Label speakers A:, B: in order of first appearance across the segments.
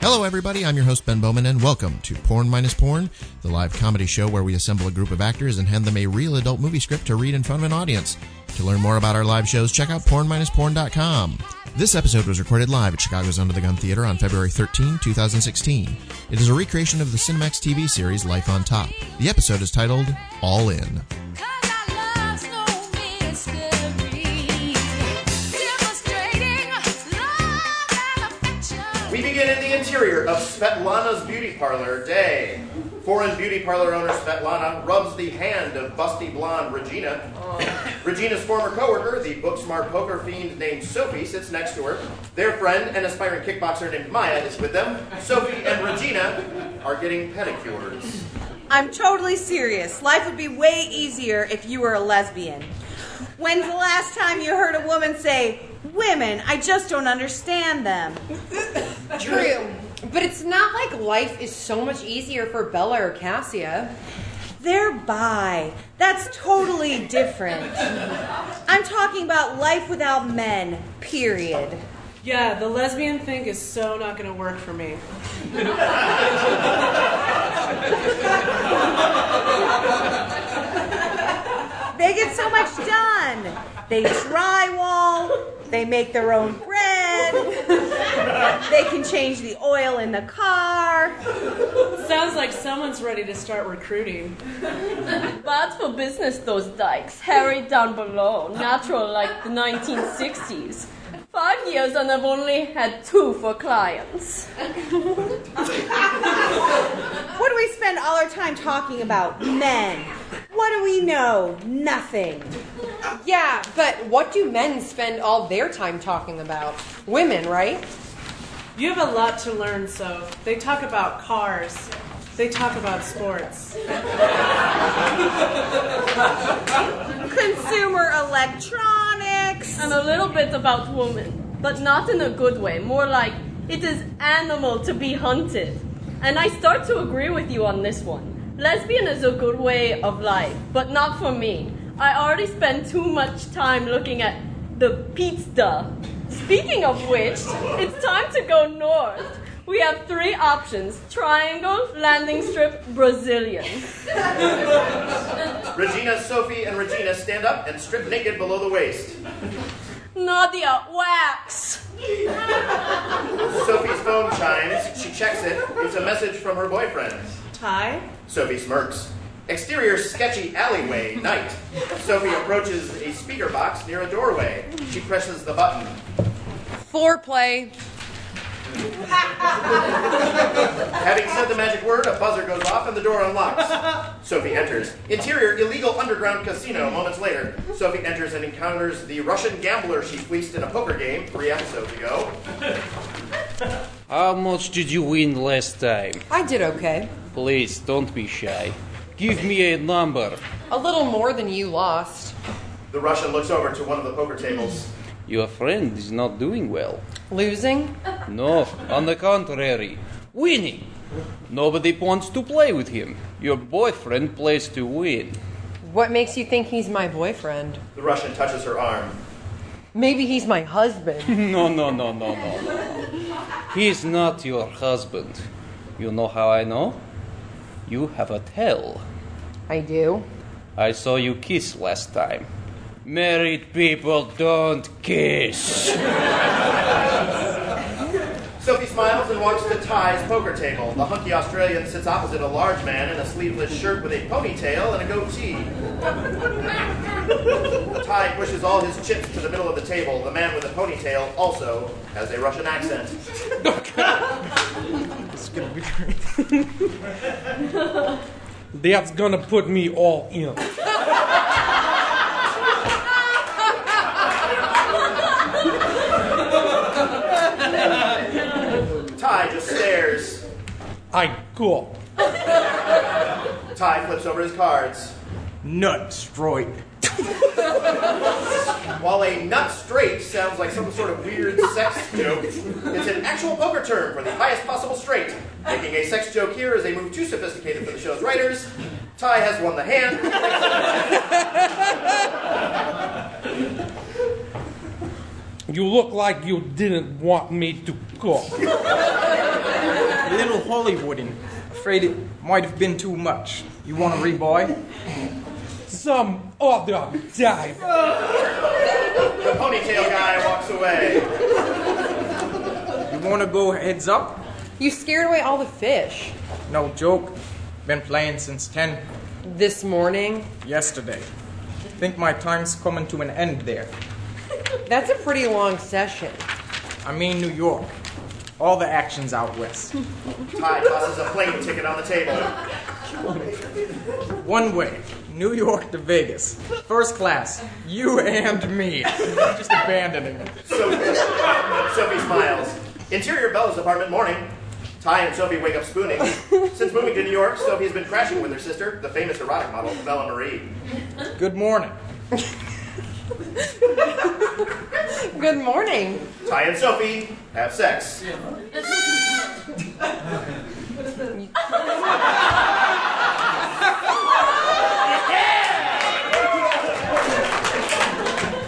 A: Hello, everybody. I'm your host, Ben Bowman, and welcome to Porn Minus Porn, the live comedy show where we assemble a group of actors and hand them a real adult movie script to read in front of an audience. To learn more about our live shows, check out porn-porn.com. This episode was recorded live at Chicago's Under the Gun Theater on February 13, 2016. It is a recreation of the Cinemax TV series Life on Top. The episode is titled All In.
B: We begin in the interior of Svetlana's beauty parlor day. Foreign beauty parlor owner Svetlana rubs the hand of busty blonde Regina. Regina's former coworker, the book smart poker fiend named Sophie, sits next to her. Their friend, an aspiring kickboxer named Maya, is with them. Sophie and Regina are getting pedicures.
C: I'm totally serious. Life would be way easier if you were a lesbian. When's the last time you heard a woman say, Women, I just don't understand them?
D: True. But it's not like life is so much easier for Bella or Cassia.
C: They're bi. That's totally different. I'm talking about life without men, period.
E: Yeah, the lesbian thing is so not gonna work for me.
C: They get so much done. They drywall, they make their own bread, they can change the oil in the car.
E: Sounds like someone's ready to start recruiting.
F: Bad for business, those dykes. Harry down below, natural like the 1960s. Five years and I've only had two for clients.
C: What do we spend all our time talking about? Men. What do we know? Nothing.
D: Yeah, but what do men spend all their time talking about? Women, right?
E: You have a lot to learn, so they talk about cars, they talk about sports.
C: Consumer electronics.
F: And a little bit about women, but not in a good way. More like it is animal to be hunted. And I start to agree with you on this one. Lesbian is a good way of life, but not for me. I already spend too much time looking at the pizza. Speaking of which, it's time to go north. We have three options triangle, landing strip, Brazilian.
B: Regina, Sophie, and Regina stand up and strip naked below the waist.
F: Nadia, wax!
B: Sophie's phone chimes. She checks it. It's a message from her boyfriend.
E: Ty?
B: Sophie smirks. Exterior sketchy alleyway, night. Sophie approaches a speaker box near a doorway. She presses the button.
D: Foreplay.
B: Having said the magic word, a buzzer goes off and the door unlocks. Sophie enters. Interior illegal underground casino moments later. Sophie enters and encounters the Russian gambler she fleeced in a poker game three episodes ago.
G: How much did you win last time?
D: I did okay.
G: Please don't be shy. Give me a number.
D: A little more than you lost.
B: The Russian looks over to one of the poker tables.
G: Your friend is not doing well.
D: Losing?
G: No, on the contrary, winning. Nobody wants to play with him. Your boyfriend plays to win.
D: What makes you think he's my boyfriend?
B: The Russian touches her arm.
D: Maybe he's my husband.
G: No, no, no, no, no, no. He's not your husband. You know how I know? You have a tail.
D: I do.
G: I saw you kiss last time. Married people don't kiss.
B: Sophie smiles and walks to Ty's poker table. The hunky Australian sits opposite a large man in a sleeveless shirt with a ponytail and a goatee. Ty pushes all his chips to the middle of the table. The man with the ponytail also has a Russian accent.
H: That's gonna put me all in.
B: Ty just stares.
H: I go
B: Ty flips over his cards.
H: nuts straight.
B: While a nut straight sounds like some sort of weird sex joke, it's an actual poker term for the highest possible straight. Making a sex joke here is a move too sophisticated for the show's writers. Ty has won the hand.
H: You look like you didn't want me to go.
I: A little Hollywooden. Afraid it might have been too much. You want to reboy?
H: Some other time.
B: The ponytail guy walks away.
I: You want to go heads up?
D: You scared away all the fish.
I: No joke. Been playing since 10
D: This morning?
I: yesterday. Think my time's coming to an end there.
D: That's a pretty long session.
I: I mean, New York. All the action's out west.
B: Ty tosses a plane ticket on the table.
I: One way, New York to Vegas. First class, you and me. Just abandoning it.
B: Sophie, Sophie smiles. Interior Bella's apartment morning. Ty and Sophie wake up spooning. Since moving to New York, Sophie has been crashing with her sister, the famous erotic model, Bella Marie.
I: Good morning.
D: Good morning.
B: Ty and Sophie have sex.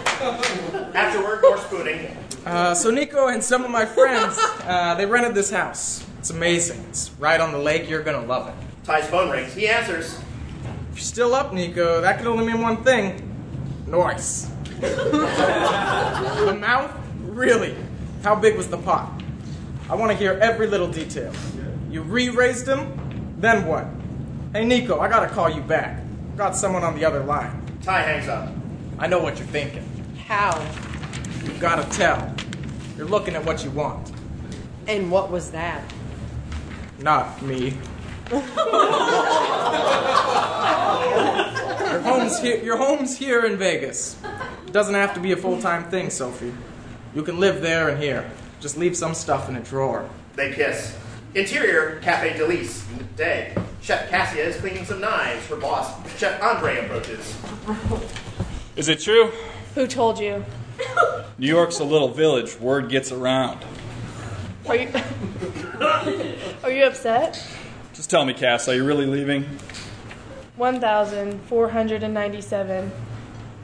B: Afterward, more spooning.
I: Uh, so Nico and some of my friends, uh, they rented this house. It's amazing. It's right on the lake. You're gonna love it.
B: Ty's phone rings. He answers.
I: If you're still up, Nico, that could only mean one thing: noise. the mouth, really? How big was the pot? I want to hear every little detail. You re-raised him, then what? Hey Nico, I gotta call you back. Got someone on the other line.
B: Ty hangs up.
I: I know what you're thinking.
D: How?
I: You gotta tell. You're looking at what you want,
D: And what was that?
I: not me. your home's here. Your home's here in Vegas. Doesn't have to be a full-time thing, Sophie. You can live there and here. Just leave some stuff in a drawer.
B: They kiss. Interior, Cafe Delice. Day. Chef Cassia is cleaning some knives. Her boss, Chef Andre, approaches.
J: Is it true?
K: Who told you?
J: New York's a little village. Word gets around.
K: Are you Are you upset?
J: Just tell me, Cass, are you really leaving?
K: 1497.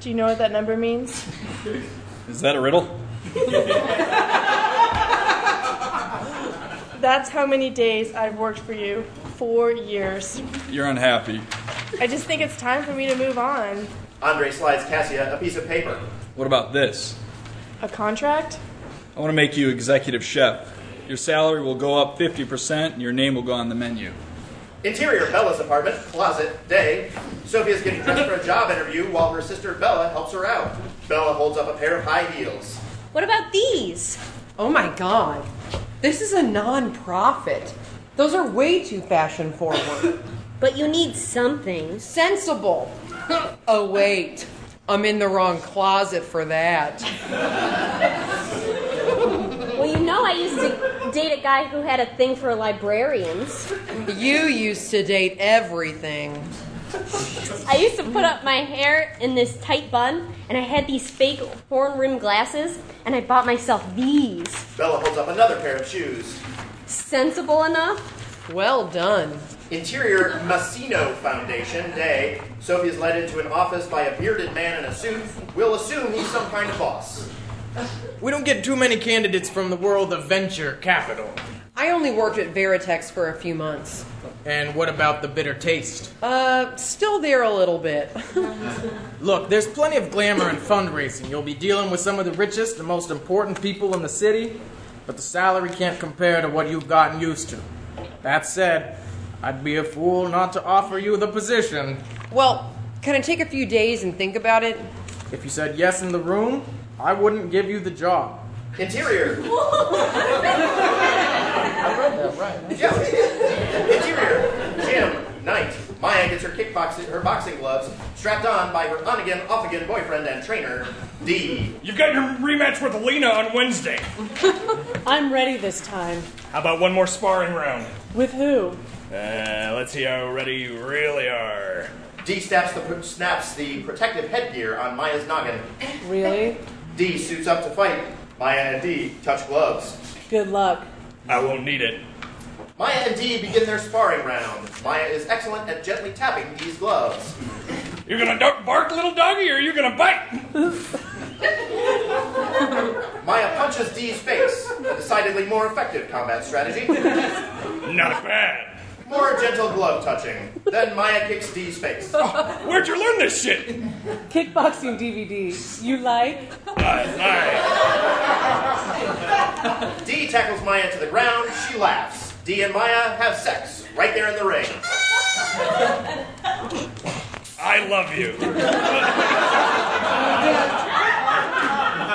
K: Do you know what that number means?
J: Is that a riddle?
K: That's how many days I've worked for you. 4 years.
J: You're unhappy.
K: I just think it's time for me to move on.
B: Andre slides Cassia a piece of paper.
J: What about this?
K: A contract?
J: I want to make you executive chef. Your salary will go up 50% and your name will go on the menu.
B: Interior, Bella's apartment. Closet. Day. Sophie is getting dressed for a job interview while her sister Bella helps her out. Bella holds up a pair of high heels.
F: What about these?
D: Oh my god. This is a non-profit. Those are way too fashion forward.
F: But you need something.
D: Sensible. oh wait. I'm in the wrong closet for that.
F: Well, you know, I used to date a guy who had a thing for librarians.
D: You used to date everything.
F: I used to put up my hair in this tight bun, and I had these fake horn rimmed glasses, and I bought myself these.
B: Bella holds up another pair of shoes.
F: Sensible enough?
D: Well done.
B: Interior Massino Foundation Day. Sophie is led into an office by a bearded man in a suit. We'll assume he's some kind of boss.
I: We don't get too many candidates from the world of venture capital.
D: I only worked at Veritex for a few months.
I: And what about the bitter taste?
D: Uh, still there a little bit.
I: Look, there's plenty of glamour in fundraising. You'll be dealing with some of the richest and most important people in the city, but the salary can't compare to what you've gotten used to. That said, I'd be a fool not to offer you the position.
D: well, can I take a few days and think about it?
I: If you said yes in the room, I wouldn't give you the job.
B: Interior. Yeah. Interior. Gym. Night. Maya gets her kickboxing her boxing gloves strapped on by her on again off again boyfriend and trainer D.
J: You've got your rematch with Lena on Wednesday.
E: I'm ready this time.
J: How about one more sparring round?
E: With who?
J: Uh, let's see how ready you really are.
B: D snaps the snaps the protective headgear on Maya's noggin.
E: Really?
B: D suits up to fight. Maya and D touch gloves.
E: Good luck.
J: I won't need it.
B: Maya and D begin their sparring round. Maya is excellent at gently tapping D's gloves.
J: You're gonna bark, little doggy, or you're gonna bite?
B: Maya punches Dee's face. A decidedly more effective combat strategy.
L: Not bad.
B: More gentle glove touching. Then Maya kicks Dee's face.
J: Oh,
L: Where'd you learn this shit?
E: Kickboxing DVD. You like?
B: Dee tackles Maya to the ground. She laughs. Dee and Maya have sex right there in the ring.
L: I love you.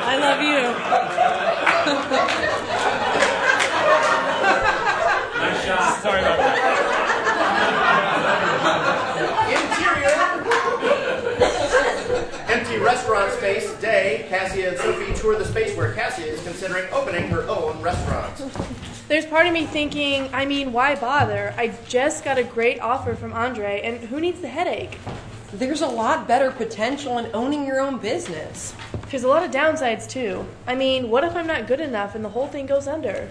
E: I love you.
L: Sorry about
B: Empty restaurant space. Day, Cassia and Sophie tour the space where Cassia is considering opening her own restaurant.
K: There's part of me thinking, I mean, why bother? I just got a great offer from Andre, and who needs the headache?
D: There's a lot better potential in owning your own business.
K: There's a lot of downsides, too. I mean, what if I'm not good enough and the whole thing goes under?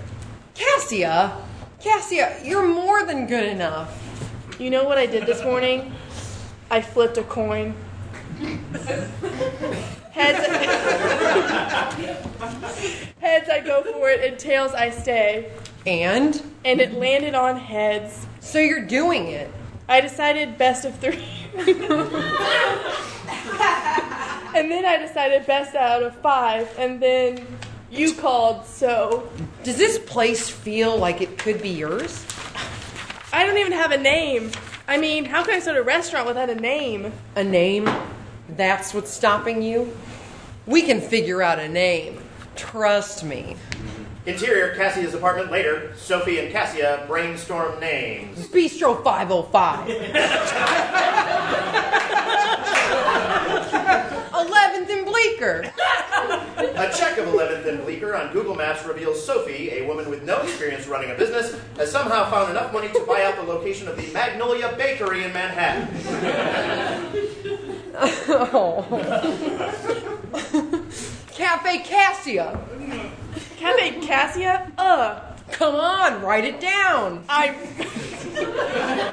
D: Cassia! Cassia, you're more than good enough.
K: You know what I did this morning? I flipped a coin. heads, heads, I go for it, and tails, I stay.
D: And?
K: And it landed on heads.
D: So you're doing it.
K: I decided best of three. and then I decided best out of five, and then you called, so.
D: Does this place feel like it could be yours?
K: I don't even have a name. I mean, how can I start a restaurant without a name?
D: A name? That's what's stopping you? We can figure out a name. Trust me.
B: Interior, Cassia's apartment later. Sophie and Cassia brainstorm names.
D: Bistro 505. 11th and Bleecker.
B: A check of 11th and Bleecker on Google Maps reveals Sophie, a woman with no experience running a business, has somehow found enough money to buy out the location of the Magnolia Bakery in Manhattan.
K: Oh.
D: Cafe Cassia.
K: Cafe Cassia? Ugh.
D: Come on, write it down.
K: I.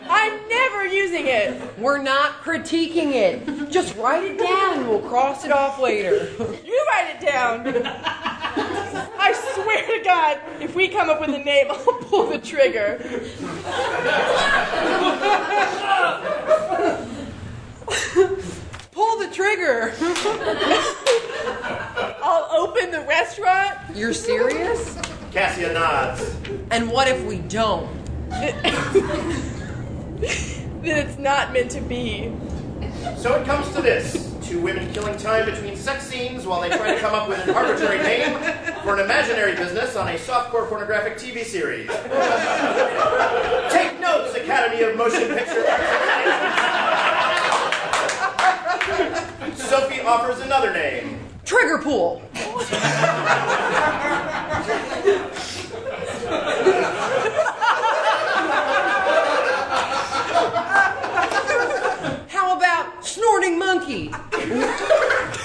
K: I'm never using it.
D: We're not critiquing it. Just write it down. We'll cross it off later.
K: You write it down. I swear to God, if we come up with a name, I'll pull the trigger.
D: Pull the trigger.
K: I'll open the restaurant.
D: You're serious?
B: Cassia nods.
D: And what if we don't?
K: Then it's not meant to be.
B: So it comes to this two women killing time between sex scenes while they try to come up with an arbitrary name for an imaginary business on a softcore pornographic TV series. Take notes, Academy of Motion Picture Arts. Sophie offers another name.
D: Trigger pool. How about snorting monkey?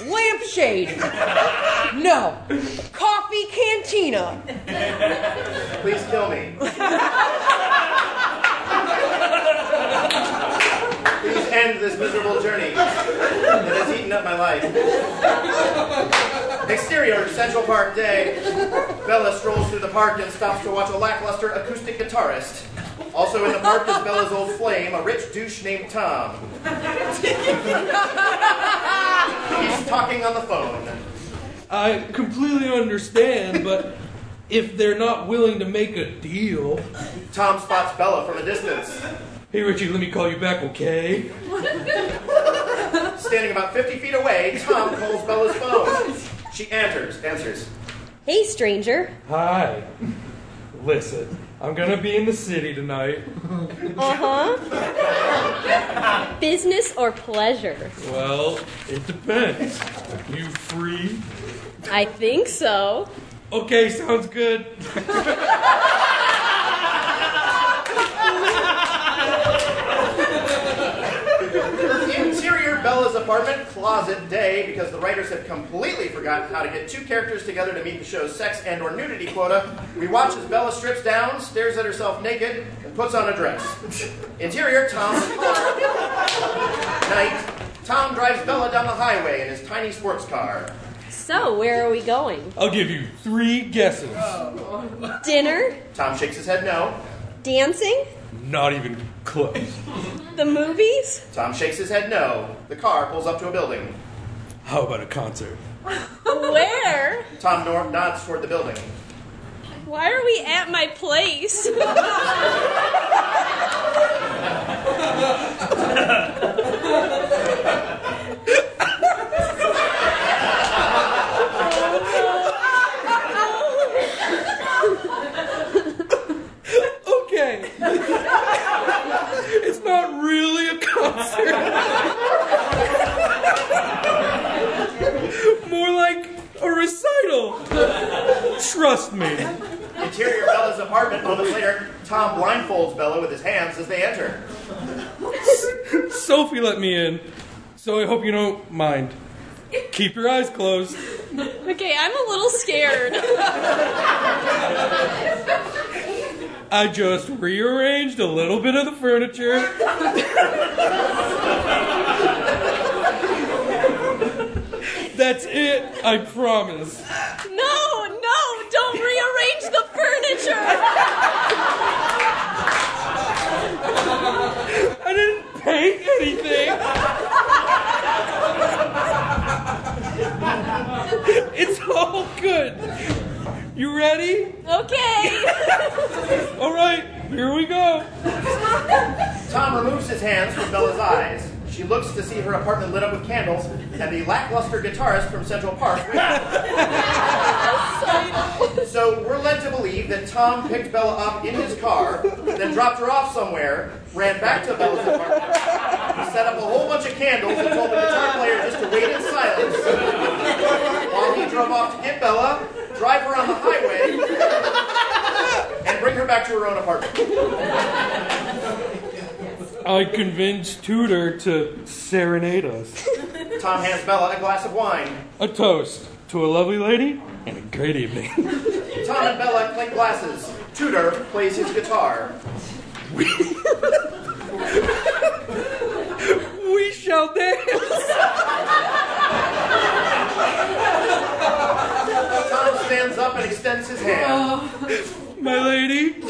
D: Lampshade. No. Coffee cantina.
B: Please kill me. Please end this miserable journey that has eaten up my life. Exterior, Central Park Day. Bella strolls through the park and stops to watch a lackluster acoustic guitarist. Also in the park is Bella's old flame, a rich douche named Tom. He's talking on the phone.
H: I completely understand, but if they're not willing to make a deal.
B: Tom spots Bella from a distance.
H: Hey, Richie, let me call you back, okay?
B: Standing about 50 feet away, Tom calls Bella's phone. She answers, answers.
F: Hey, stranger.
H: Hi. Listen, I'm gonna be in the city tonight.
F: Uh huh. Business or pleasure?
H: Well, it depends. You free?
F: I think so.
H: Okay, sounds good.
B: Interior Bella's apartment closet day because the writers have completely forgotten how to get two characters together to meet the show's sex and or nudity quota. We watch as Bella strips down, stares at herself naked, and puts on a dress. Interior Tom and Laura. Night. Tom drives Bella down the highway in his tiny sports car.
F: So, where are we going?
H: I'll give you three guesses.
F: Dinner?
B: Tom shakes his head no.
F: Dancing?
H: Not even close.
F: The movies?
B: Tom shakes his head no. The car pulls up to a building.
H: How about a concert?
F: Where?
B: Tom nor- nods toward the building.
F: Why are we at my place?
H: Okay. it's not really a concert. More like a recital. Trust me.
B: Interior Bella's apartment. Moments later, Tom blindfolds Bella with his hands as they enter.
H: Sophie let me in, so I hope you don't mind. Keep your eyes closed.
F: okay, I'm a little scared.
H: I just rearranged a little bit of the furniture. That's it, I promise.
F: no, no, don't rearrange the furniture.
H: I didn't paint anything. It's all good. You ready?
F: Okay.
H: All right, here we go.
B: Tom removes his hands from Bella's eyes. She looks to see her apartment lit up with candles and the lackluster guitarist from Central Park. so we're led to believe that Tom picked Bella up in his car, then dropped her off somewhere, ran back to Bella's apartment, set up a whole bunch of candles, and told the guitar player just to wait in silence while he drove off to get Bella, drive her on the highway, and bring her back to her own apartment.
H: I convinced Tudor to serenade us.
B: Tom hands Bella a glass of wine.
H: A toast to a lovely lady and a great evening.
B: Tom and Bella clink glasses. Tudor plays his guitar.
H: We shall
B: Tom stands up and extends his hand.
H: My lady.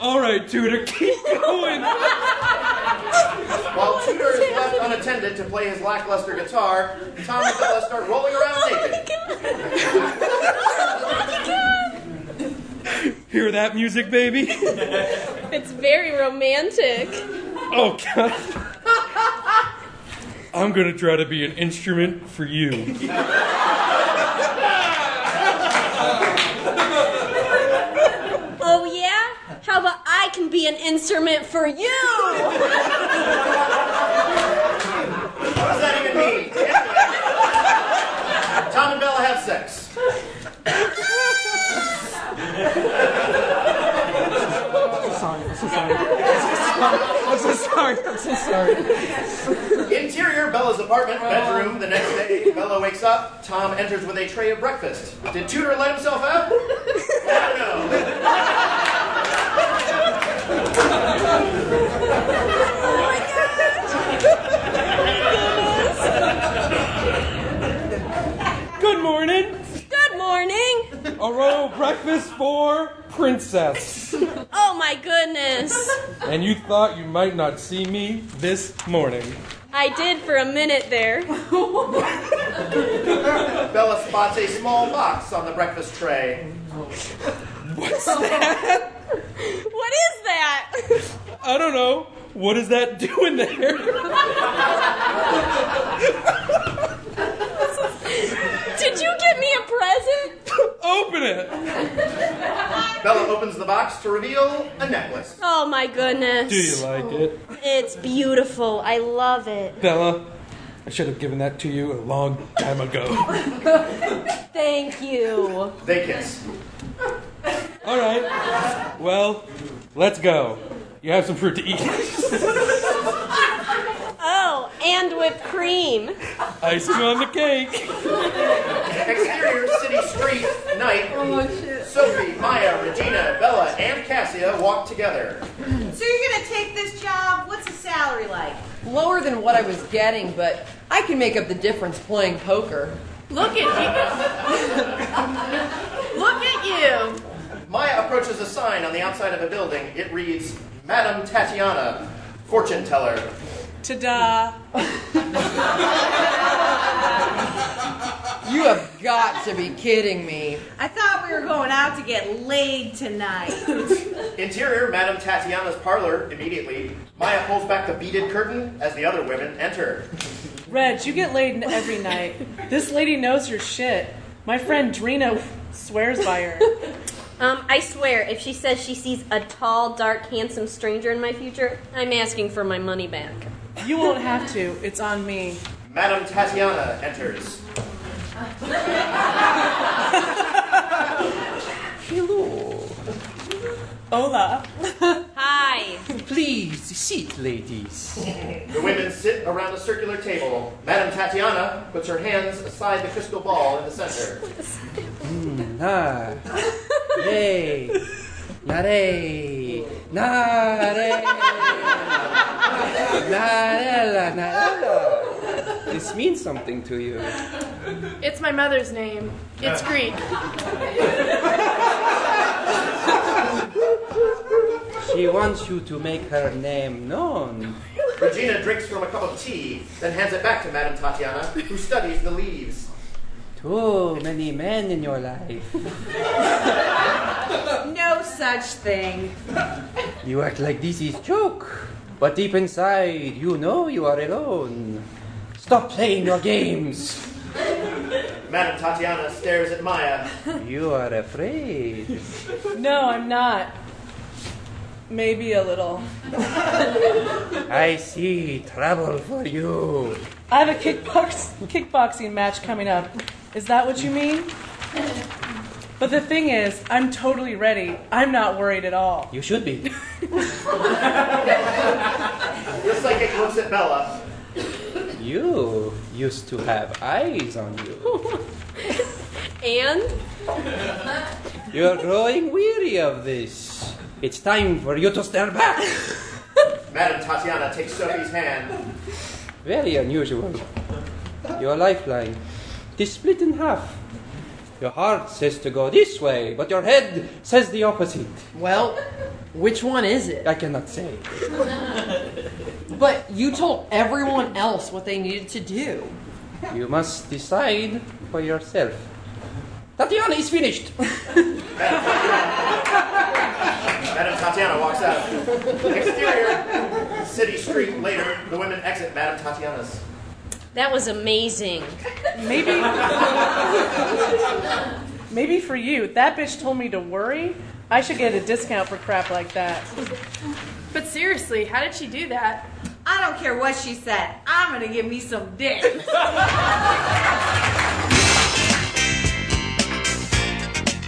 H: All right, Tudor, keep going.
B: While Tudor is left unattended to play his lackluster guitar, Tom and Bella start rolling around naked.
H: Hear that music, baby?
F: it's very romantic.
H: Oh, God. I'm gonna try to be an instrument for you.
F: Oh yeah? How about I can be an instrument for you?
B: What does that even mean? Anyway, Tom and Bella have sex.
I: I'm so sorry. I'm so sorry.
B: Interior Bella's apartment, bedroom. The next day, Bella wakes up. Tom enters with a tray of breakfast. Did Tudor let himself out?
H: Good morning.
F: Good morning.
H: A royal breakfast for Princess.
F: Oh my goodness.
H: And you thought you might not see me this morning.
F: I did for a minute there.
B: Bella spots a small box on the breakfast tray.
H: What's that?
F: What is that?
H: I don't know. What is that doing there?
F: Did you get me a present?
H: Open it.
B: Bella opens the box to reveal a necklace.
F: Oh my goodness.
H: Do you like it?
F: It's beautiful. I love it.
H: Bella, I should have given that to you a long time ago.
F: Thank you.
B: They kiss.
H: All right. Well, let's go. You have some fruit to eat.
F: Oh, and whipped cream.
H: Icing on the cake.
B: Exterior city street night. Sophie, Maya, Regina, Bella, and Cassia walk together.
C: So you're gonna take this job? What's the salary like?
D: Lower than what I was getting, but I can make up the difference playing poker.
F: Look at you. Look at you.
B: Maya approaches a sign on the outside of a building. It reads, Madam Tatiana, fortune teller.
E: Ta-da.
D: You have got to be kidding me.
C: I thought we were going out to get laid tonight.
B: Interior, Madam Tatiana's parlor, immediately. Maya pulls back the beaded curtain as the other women enter.
E: Reg, you get laid n- every night. This lady knows her shit. My friend Drina swears by her.
F: Um, I swear, if she says she sees a tall, dark, handsome stranger in my future, I'm asking for my money back.
E: You won't have to. It's on me.
B: Madam Tatiana enters.
M: Hello.
E: Hola.
F: Hi.
M: Please sit, ladies.
B: The women sit around a circular table. Madam Tatiana puts her hands aside the crystal ball in the center.
M: Mm, ah. Yay. Nare. Nare. Narella. Narella. This means something to you.
K: It's my mother's name. It's Greek.
M: She wants you to make her name known.
B: Regina drinks from a cup of tea, then hands it back to Madam Tatiana, who studies the leaves.
M: Too many men in your life.
C: no such thing.
M: You act like this is joke, but deep inside you know you are alone. Stop playing your games.
B: Madam Tatiana stares at Maya.
M: You are afraid.
E: No, I'm not. Maybe a little.
M: I see trouble for you.
E: I have a kickbox kickboxing match coming up. Is that what you mean? But the thing is, I'm totally ready. I'm not worried at all.
M: You should be.
B: The psychic looks at Bella.
M: You used to have eyes on you.
F: And?
M: You're growing weary of this. It's time for you to stare back.
B: Madam Tatiana takes Sophie's hand.
M: Very unusual. Your lifeline is split in half. Your heart says to go this way, but your head says the opposite.
D: Well, which one is it?
M: I cannot say.
D: But you told everyone else what they needed to do.
M: You must decide for yourself. Tatiana is finished.
B: Madam Tatiana walks out. Exterior, city street. Later, the women exit Madam Tatiana's.
F: That was amazing.
E: Maybe. Maybe for you. That bitch told me to worry. I should get a discount for crap like that.
K: But seriously, how did she do that?
C: I don't care what she said. I'm gonna give me some dick.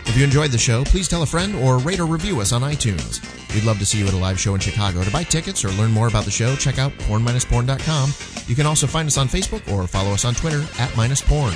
A: If you enjoyed the show, please tell a friend or rate or review us on iTunes. We'd love to see you at a live show in Chicago. To buy tickets or learn more about the show, check out porn-porn.com. You can also find us on Facebook or follow us on Twitter at minus porn.